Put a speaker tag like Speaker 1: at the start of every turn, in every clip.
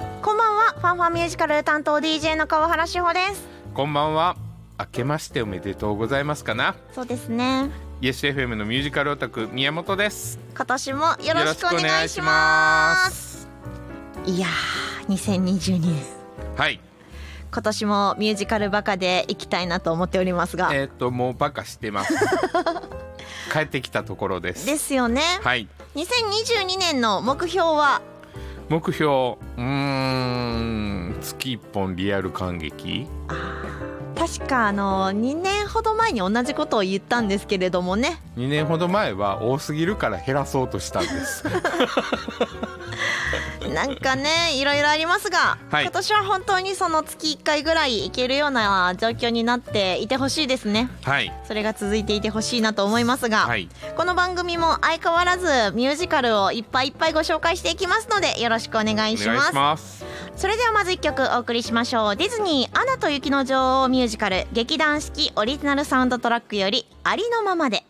Speaker 1: ファンファンミュージカル担当 DJ の川原志保です
Speaker 2: こんばんは。明けましておめでとうございますかな。
Speaker 1: そうですね
Speaker 2: イエス FM のミュージカルオタク宮本です。
Speaker 1: 今年もよろしくお願いしますいやー2022年
Speaker 2: はい。
Speaker 1: 今年もミュージカルバカで行きたいなと思っておりますが
Speaker 2: えっ、ともうバカし てます。帰ってきたところです。
Speaker 1: ですよね、
Speaker 2: はい。
Speaker 1: 2022年の目標は
Speaker 2: 目標うーん月一本リアル感激。
Speaker 1: 確かあの2年ほど前に同じことを言ったんですけれどもね
Speaker 2: 2年ほど前は多すぎるから減らそうとしたん です。
Speaker 1: なんかねいろいろありますが、
Speaker 2: はい
Speaker 1: 今年は本当にその月1回ぐらい行けるような状況になっていてほしいですね
Speaker 2: はい。
Speaker 1: それが続いていてほしいなと思いますが、
Speaker 2: はい。
Speaker 1: この番組も相変わらずミュージカルをいっぱいいっぱいご紹介していきますのでよろしくお願い
Speaker 2: お
Speaker 1: し
Speaker 2: 願い
Speaker 1: ます
Speaker 2: します。
Speaker 1: それではまず1曲お送りしましょうディズニー「アナと雪の女王」ミュージカル劇団四季オリジナルサウンドトラックより「ありのままで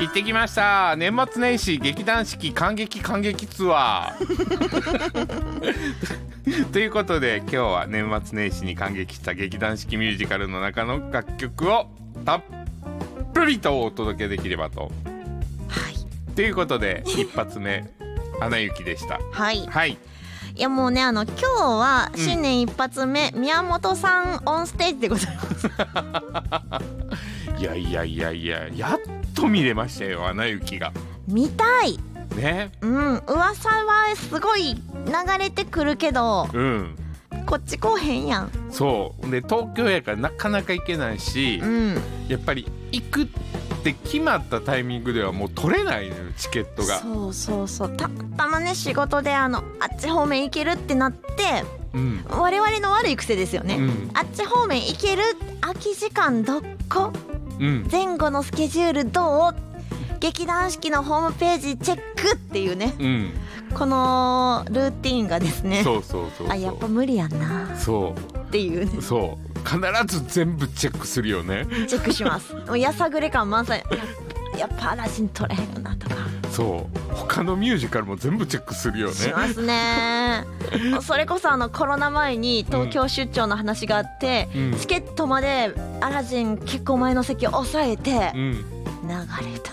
Speaker 2: 行ってきました年末年始劇団四季感激感激ツアー ということで今日は年末年始に感激した劇団四季ミュージカルの中の楽曲をたっぷりとお届けできればと。ということで一発目「アナ雪」でした」。
Speaker 1: はい
Speaker 2: はい、
Speaker 1: いやもうねあの今日は新年一発目、宮本さんオンステージでございます
Speaker 2: いやいやいやいややっと見れましたよ「アナ雪」が。
Speaker 1: 見たい
Speaker 2: ね
Speaker 1: うん噂はすごい流れてくるけど
Speaker 2: うん
Speaker 1: こっち来おへんやん
Speaker 2: そうで東京やからなかなか行けないし。
Speaker 1: うん
Speaker 2: やっぱり行くって決まったタイミングではもう取れないのよチケットが
Speaker 1: そうそうそうたまたまね仕事であのあっち方面行けるってなって
Speaker 2: うん
Speaker 1: 我々の悪い癖ですよね、
Speaker 2: うん
Speaker 1: あっち方面行ける空き時間どこ
Speaker 2: うん
Speaker 1: 前後のスケジュールどう劇団四季のホームページチェックっていうね
Speaker 2: うん
Speaker 1: このルーティンがですね
Speaker 2: そうそうそうそう
Speaker 1: あやっぱ無理やんな
Speaker 2: そ
Speaker 1: っていうね
Speaker 2: うそう必ず全部チェックするよね
Speaker 1: チェックしますもうやさぐれ感満載ややっぱ嵐に取れへんよなとか
Speaker 2: そう他のミュージカルも全部チェックするよね
Speaker 1: しますねそれこそあのコロナ前に東京出張の話があって、
Speaker 2: うん
Speaker 1: チケットまでアラジン結構前の席を抑えて
Speaker 2: うん
Speaker 1: 流れた、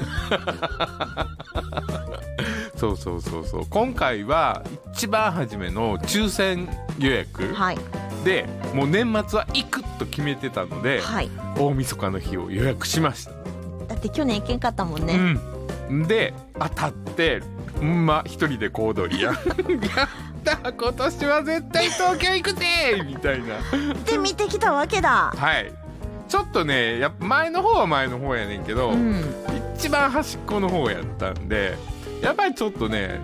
Speaker 2: そうそうそうそう今回は一番初めの抽選予約
Speaker 1: はい
Speaker 2: でもう年末は行くと決めてたので
Speaker 1: はい
Speaker 2: 大晦日の日を予約しました
Speaker 1: だって去年行けんかったもんね、
Speaker 2: うん、で当たってうんま一人で小躍 りややった今年は絶対東京行くぜみたいな
Speaker 1: で見てきたわけだ
Speaker 2: はいちょっとねやっぱ前の方は前の方やねんけど、
Speaker 1: うん
Speaker 2: 一番端っこの方やったんでやっぱりちょっとね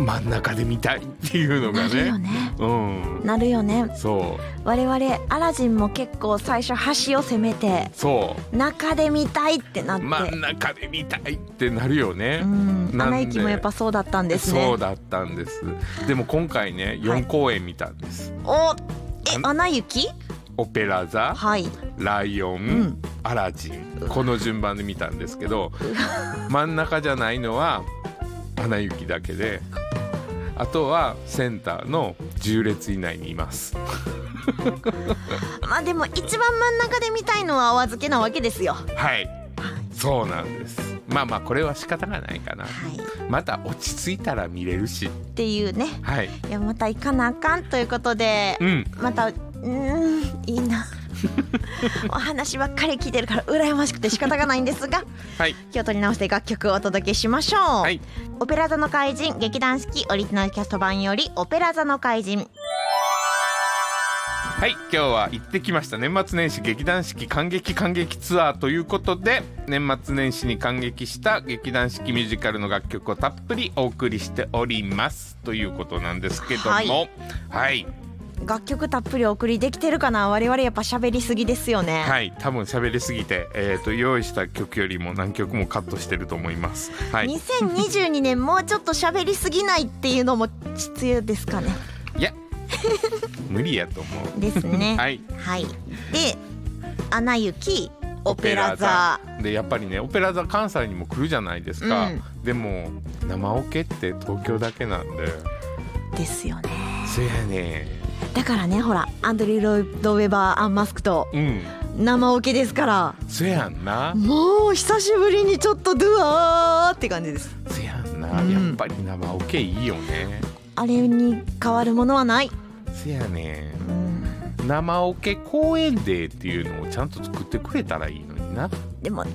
Speaker 2: 真ん中で見たいっていうの
Speaker 1: な
Speaker 2: が
Speaker 1: るよ
Speaker 2: ね
Speaker 1: ね
Speaker 2: うん
Speaker 1: なるよね
Speaker 2: そう
Speaker 1: 我々アラジンも結構最初端を攻めて
Speaker 2: そ
Speaker 1: 中で見たいってなっ
Speaker 2: う
Speaker 1: て、
Speaker 2: 真ん中で見たいってなるよね、
Speaker 1: うん
Speaker 2: なんで
Speaker 1: 穴行きもやっぱそうだったんですね
Speaker 2: そうだったんですでも今回ね4公演見たんです、
Speaker 1: おえ
Speaker 2: あの
Speaker 1: 穴行き
Speaker 2: オペラ座
Speaker 1: はい
Speaker 2: ライオン、
Speaker 1: ん
Speaker 2: アラジンこの順番で見たんですけど真ん中じゃないのは「アナ雪」だけであとはセンターの10列以内にいます
Speaker 1: まあでも一番真ん中で見たいのはお預けなわけですよ。は、
Speaker 2: はいそうなんですまあまあこれは仕方がないかないまた落ち着いたら見れるし
Speaker 1: っていうね
Speaker 2: はい
Speaker 1: いやまた行かなあかんということで、
Speaker 2: うん
Speaker 1: またうーんいい なお話ばっかり聞いてるから羨ましくて仕方がないんですが
Speaker 2: はい
Speaker 1: 気を取り直して楽曲をお届けしましょう、
Speaker 2: はい
Speaker 1: オペラ座の怪人劇団四季オリジナルキャスト版より「オペラ座の怪人
Speaker 2: はい今日は行ってきました年末年始劇団四季感激感激ツアーということで年末年始に感激した劇団四季ミュージカルの楽曲をたっぷりお送りしておりますということなんですけども
Speaker 1: は
Speaker 2: はいい、」はい
Speaker 1: 楽曲たっぷりお送りできてるかな我々やっぱ喋りすぎですよね、
Speaker 2: 多分喋りすぎて、えー、と用意した曲よりも何曲もカットしてると思いますはいい
Speaker 1: 2022年もうちょっと喋りすぎないっていうのも必要です かね
Speaker 2: や無理やと思う
Speaker 1: ですね
Speaker 2: はい
Speaker 1: はい、で「アナ雪」「オペラ座
Speaker 2: でやっぱりねオペラ座関西にも来るじゃないです
Speaker 1: う
Speaker 2: か、
Speaker 1: ん
Speaker 2: でも生オケって東京だけなんで」
Speaker 1: ですよね
Speaker 2: せやね
Speaker 1: だからねほらアンドリュー・ロイド・ウェバー・アン・マスクと
Speaker 2: うん
Speaker 1: 生オケですから
Speaker 2: せやんな
Speaker 1: もう久しぶりにちょっとドゥアーって感じです
Speaker 2: せやんな、
Speaker 1: うん
Speaker 2: やっぱり生オケいいよね
Speaker 1: あれに変わるものはない、
Speaker 2: せやね
Speaker 1: うん、
Speaker 2: 生オケ公演デーっていうのをちゃんと作ってくれたらいいのにな
Speaker 1: でも1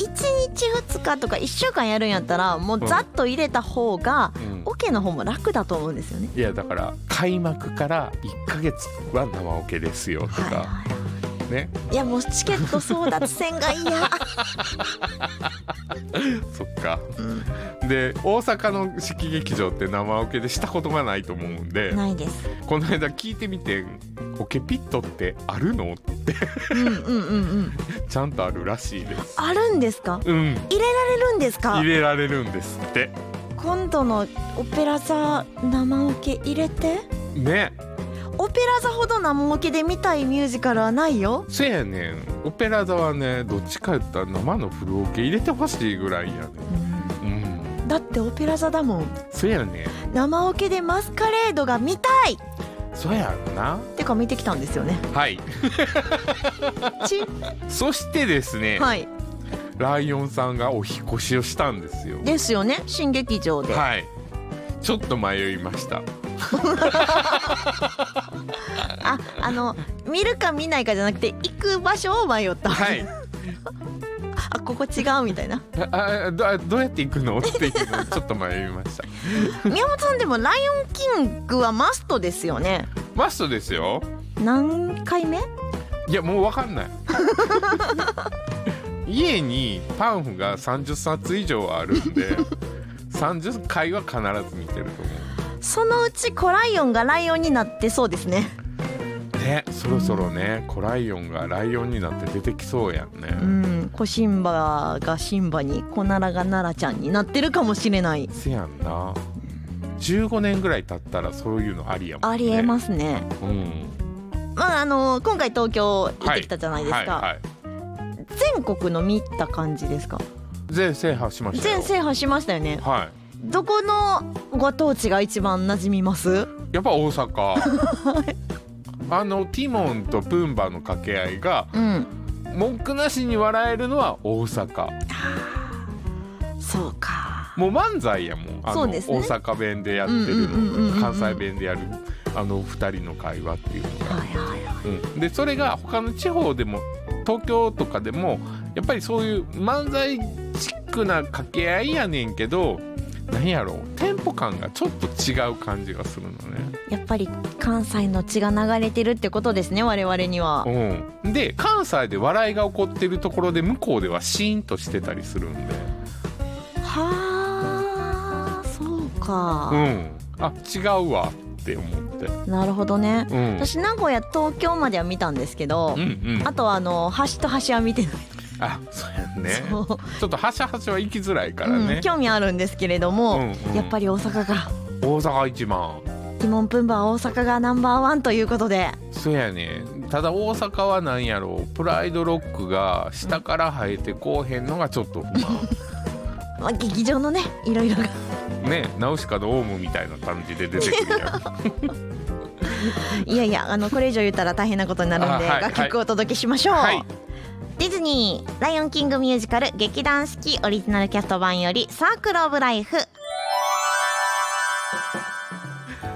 Speaker 1: 日2日とか1週間やるんやったらもうざっと入れた方が
Speaker 2: うん
Speaker 1: オケの方も楽だと思うんですよね
Speaker 2: いやだから開幕から1ヶ月は生オケですよ
Speaker 1: はい
Speaker 2: と
Speaker 1: はい
Speaker 2: か
Speaker 1: は
Speaker 2: ね
Speaker 1: いいやもうチケット争奪戦が 嫌
Speaker 2: そっか
Speaker 1: うん
Speaker 2: で大阪の式劇場って生オケでしたことがないと思うんで
Speaker 1: ないです
Speaker 2: この間聞いてみてオケピットってあるの
Speaker 1: うんうんうんうん
Speaker 2: ちゃんとあるらしいです
Speaker 1: あるんですか
Speaker 2: うん
Speaker 1: 入れられるんですか
Speaker 2: 入れられるんですって
Speaker 1: 今度のオペラ座生オケ入れて
Speaker 2: ね
Speaker 1: オペラ座ほど生オケで見たいミュージカルはないよ
Speaker 2: そやねんオペラ座はねどっちか言ったら生のフルオケ入れてほしいぐらいやねうん
Speaker 1: だってオペラ座だもん
Speaker 2: そやねん
Speaker 1: 生オケでマスカレードが見たい
Speaker 2: そやんな
Speaker 1: てか見てきたんですよ ね
Speaker 2: はい
Speaker 1: ち
Speaker 2: そしてですね、
Speaker 1: はい
Speaker 2: ライオンさんがお引越しをしたんですよ
Speaker 1: ですよね新劇場で、
Speaker 2: はいちょっと迷いました
Speaker 1: ああの見るか見ないかじゃなくて行く場所を迷った、
Speaker 2: はい
Speaker 1: あここ違うみたいな
Speaker 2: ああどどうやって行くのっていうのをちょっと迷いま した
Speaker 1: 宮本さんでも「ライオンキング」はマストですよね
Speaker 2: マストですよ
Speaker 1: 何回目
Speaker 2: いやもうわかんない 家にパンフが30冊以上あるんで30回は必ず見てると思
Speaker 1: そのうちコライオンがライオンになってそうですね
Speaker 2: うねそろそろねコライオンがライオンになって出てきそうやんね、
Speaker 1: うんコシンバがシンバにコナラがナラちゃんになってるかもしれない
Speaker 2: せやんな15年ぐらい経ったらそういうのありやもんね
Speaker 1: ありえますね
Speaker 2: すうん
Speaker 1: まああの今回東京行ってきたじゃないですか、
Speaker 2: はいはい
Speaker 1: 全国の見た感じですか
Speaker 2: 全制覇しましたよ
Speaker 1: 全制覇しましたよね
Speaker 2: はい
Speaker 1: どこのご当地が一番馴染みます
Speaker 2: やっぱ 大阪あのティモンとプンバの掛け合いが
Speaker 1: うん
Speaker 2: 文句なしに笑えるのは大阪
Speaker 1: そうか
Speaker 2: もう漫才やもんあ
Speaker 1: そ
Speaker 2: の、
Speaker 1: うですね
Speaker 2: 大阪弁でやってる
Speaker 1: うんうんうんうんうんう
Speaker 2: の
Speaker 1: ん
Speaker 2: と関西弁でやるあの2人の会話っていうのが、
Speaker 1: はいはいはい
Speaker 2: うん、でそれが他の地方でも東京とかでもやっぱりそういう漫才チックな掛け合いやねんけど何やろうテンポ感がちょっと違う感じがするのね。
Speaker 1: やっぱり関西の血が流れてるってことですね我々には
Speaker 2: うん、で関西で笑いが起こってるところで向こうではシーンとしてたりするんで、
Speaker 1: はあそう
Speaker 2: う
Speaker 1: か、
Speaker 2: ん、あ違うわって思って、
Speaker 1: なるほどね
Speaker 2: うん、
Speaker 1: 私名古屋東京までは見たんですけど、
Speaker 2: うんうん
Speaker 1: あとはあの端と端は見てない
Speaker 2: あそうやんね
Speaker 1: そう
Speaker 2: ちょっとはしゃはしゃは行きづらいからね
Speaker 1: うん、、興味あるんですけれども、
Speaker 2: うんうん
Speaker 1: やっぱり大阪が
Speaker 2: 大阪一番
Speaker 1: ティモンプンバー大阪がナンバーワンということで
Speaker 2: そうやねただ大阪は何やろうプライドロックが下から生えてこうへんのがちょっと不満
Speaker 1: まあ、劇場のねいろいろが
Speaker 2: ねナウシカのオウムみたいな感じで出てくるやん
Speaker 1: いやいやあのこれ以上言ったら大変なことになるんで、
Speaker 2: あはい
Speaker 1: 楽曲をお届けしましょう、
Speaker 2: はい
Speaker 1: ディズニー「ライオンキングミュージカル劇団四季オリジナルキャスト版」より「サークル・オブ・ライフ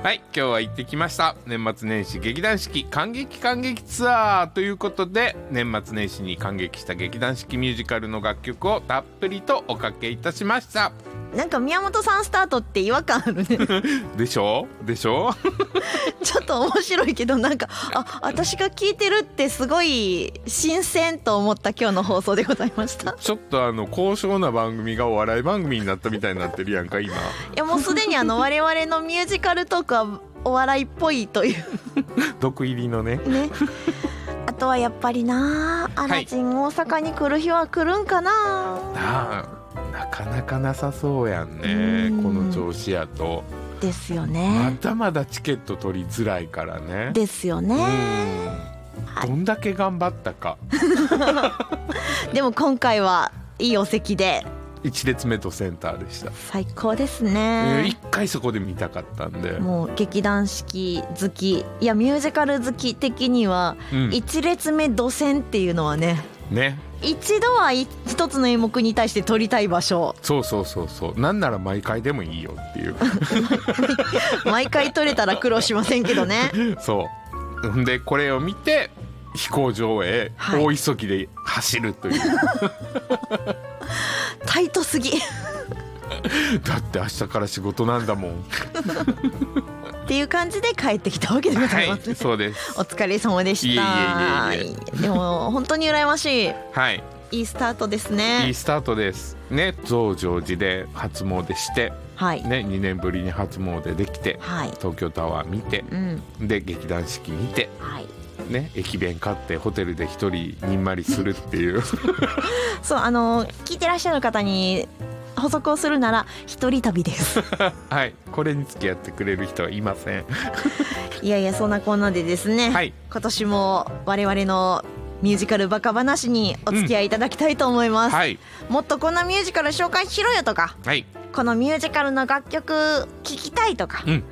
Speaker 2: はい今日は行ってきました年末年始劇団四季感激感激ツアーということで年末年始に感激した劇団四季ミュージカルの楽曲をたっぷりとおかけいたしました」
Speaker 1: なんか宮本さんスタートって違和感あ るねち
Speaker 2: でしょでしょ
Speaker 1: ょっと面白いけどなんかあ私が聞いてるってすごい新鮮と思った今日の放送でございま した
Speaker 2: ちょっとあの高尚な番組がお笑い番組になったみたいになってるやんか今
Speaker 1: いやもうすでに あの我々のミュージカルトークはお笑いっぽいとい
Speaker 2: 毒入りのね
Speaker 1: う ねあとはやっぱりなあアラジン大阪に来る日は来るんかな、
Speaker 2: なあなかなかなさそうやんね
Speaker 1: うん
Speaker 2: この調子やと
Speaker 1: ですよ
Speaker 2: ま
Speaker 1: ね、
Speaker 2: だまだチケット取りづらいからね
Speaker 1: ですよ
Speaker 2: う
Speaker 1: ね
Speaker 2: んどんだけ頑張ったか
Speaker 1: でも今回はいいお席で
Speaker 2: 1列目とセンターでした、
Speaker 1: 最高です
Speaker 2: えー
Speaker 1: ね
Speaker 2: 一、回そこで見たかったんで、
Speaker 1: もう劇団四季好きいやミュージカル好き的には、
Speaker 2: うん
Speaker 1: 一列目土線っていうのはね
Speaker 2: ね
Speaker 1: 一度は一一つの演目に対して撮りたい場 所
Speaker 2: そうそうそうそうなんなら毎回でもいいよっていう
Speaker 1: 毎回撮れたら苦労しませんけどね
Speaker 2: そうほんでこれを見て飛行場へ
Speaker 1: はい
Speaker 2: 大急ぎで走るという、
Speaker 1: タイトすぎっ
Speaker 2: だって明日から仕事なんだもん
Speaker 1: ていう感じで帰ってきたわけでござい ますね、
Speaker 2: そうです
Speaker 1: お疲れ様でした
Speaker 2: いえいえいえい
Speaker 1: でも本当に羨ましい
Speaker 2: はい
Speaker 1: いいスタートです
Speaker 2: い
Speaker 1: ね
Speaker 2: いスタートですね増上寺で初詣して
Speaker 1: はい、
Speaker 2: ね2年ぶりに初詣できて
Speaker 1: はい
Speaker 2: 東京タワー見て
Speaker 1: うん
Speaker 2: で劇団四季見て
Speaker 1: はい
Speaker 2: ね駅弁買ってホテルで一人にんまりするっていう
Speaker 1: そうあの聞いてらっしゃる方に補足をするなら一人旅です
Speaker 2: はいこれに付き合ってくれる人はいません
Speaker 1: いやいやそんなこんなでですね、
Speaker 2: はい
Speaker 1: 今年も我々のミュージカルバカ話にお付き合いいただきたいと思います、
Speaker 2: はい
Speaker 1: もっとこんなミュージカル紹介しろよとか
Speaker 2: はい
Speaker 1: このミュージカルの楽曲聴きたいとか、
Speaker 2: うん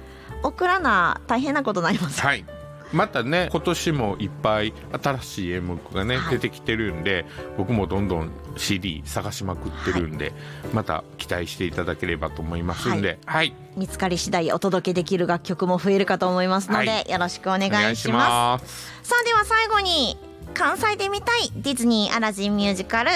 Speaker 1: 送らな大変なことになります
Speaker 2: はいまたね今年もいっぱい新しい演目がね、
Speaker 1: はい
Speaker 2: 出てきてるんで僕もどんどん CD 探しまくってるんで、また期待していただければと思いますんではい、
Speaker 1: 見つかり次第お届けできる楽曲も増えるかと思いますので、
Speaker 2: はい
Speaker 1: よろしくお願
Speaker 2: お願
Speaker 1: い
Speaker 2: い
Speaker 1: し
Speaker 2: し
Speaker 1: ます
Speaker 2: ます
Speaker 1: さあでは最後に関西で見たいディズニーアラジンミュージカル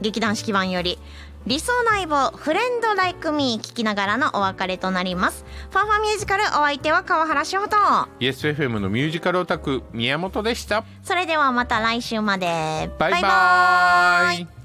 Speaker 1: 劇団四季版より理想の相棒フレンドライクミー聞きながらのお別れとなりますファンファンミュージカルお相手は川原翔と
Speaker 2: イエス FM のミュージカルオタク宮本でした
Speaker 1: それではまた来週まで
Speaker 2: バイバーイ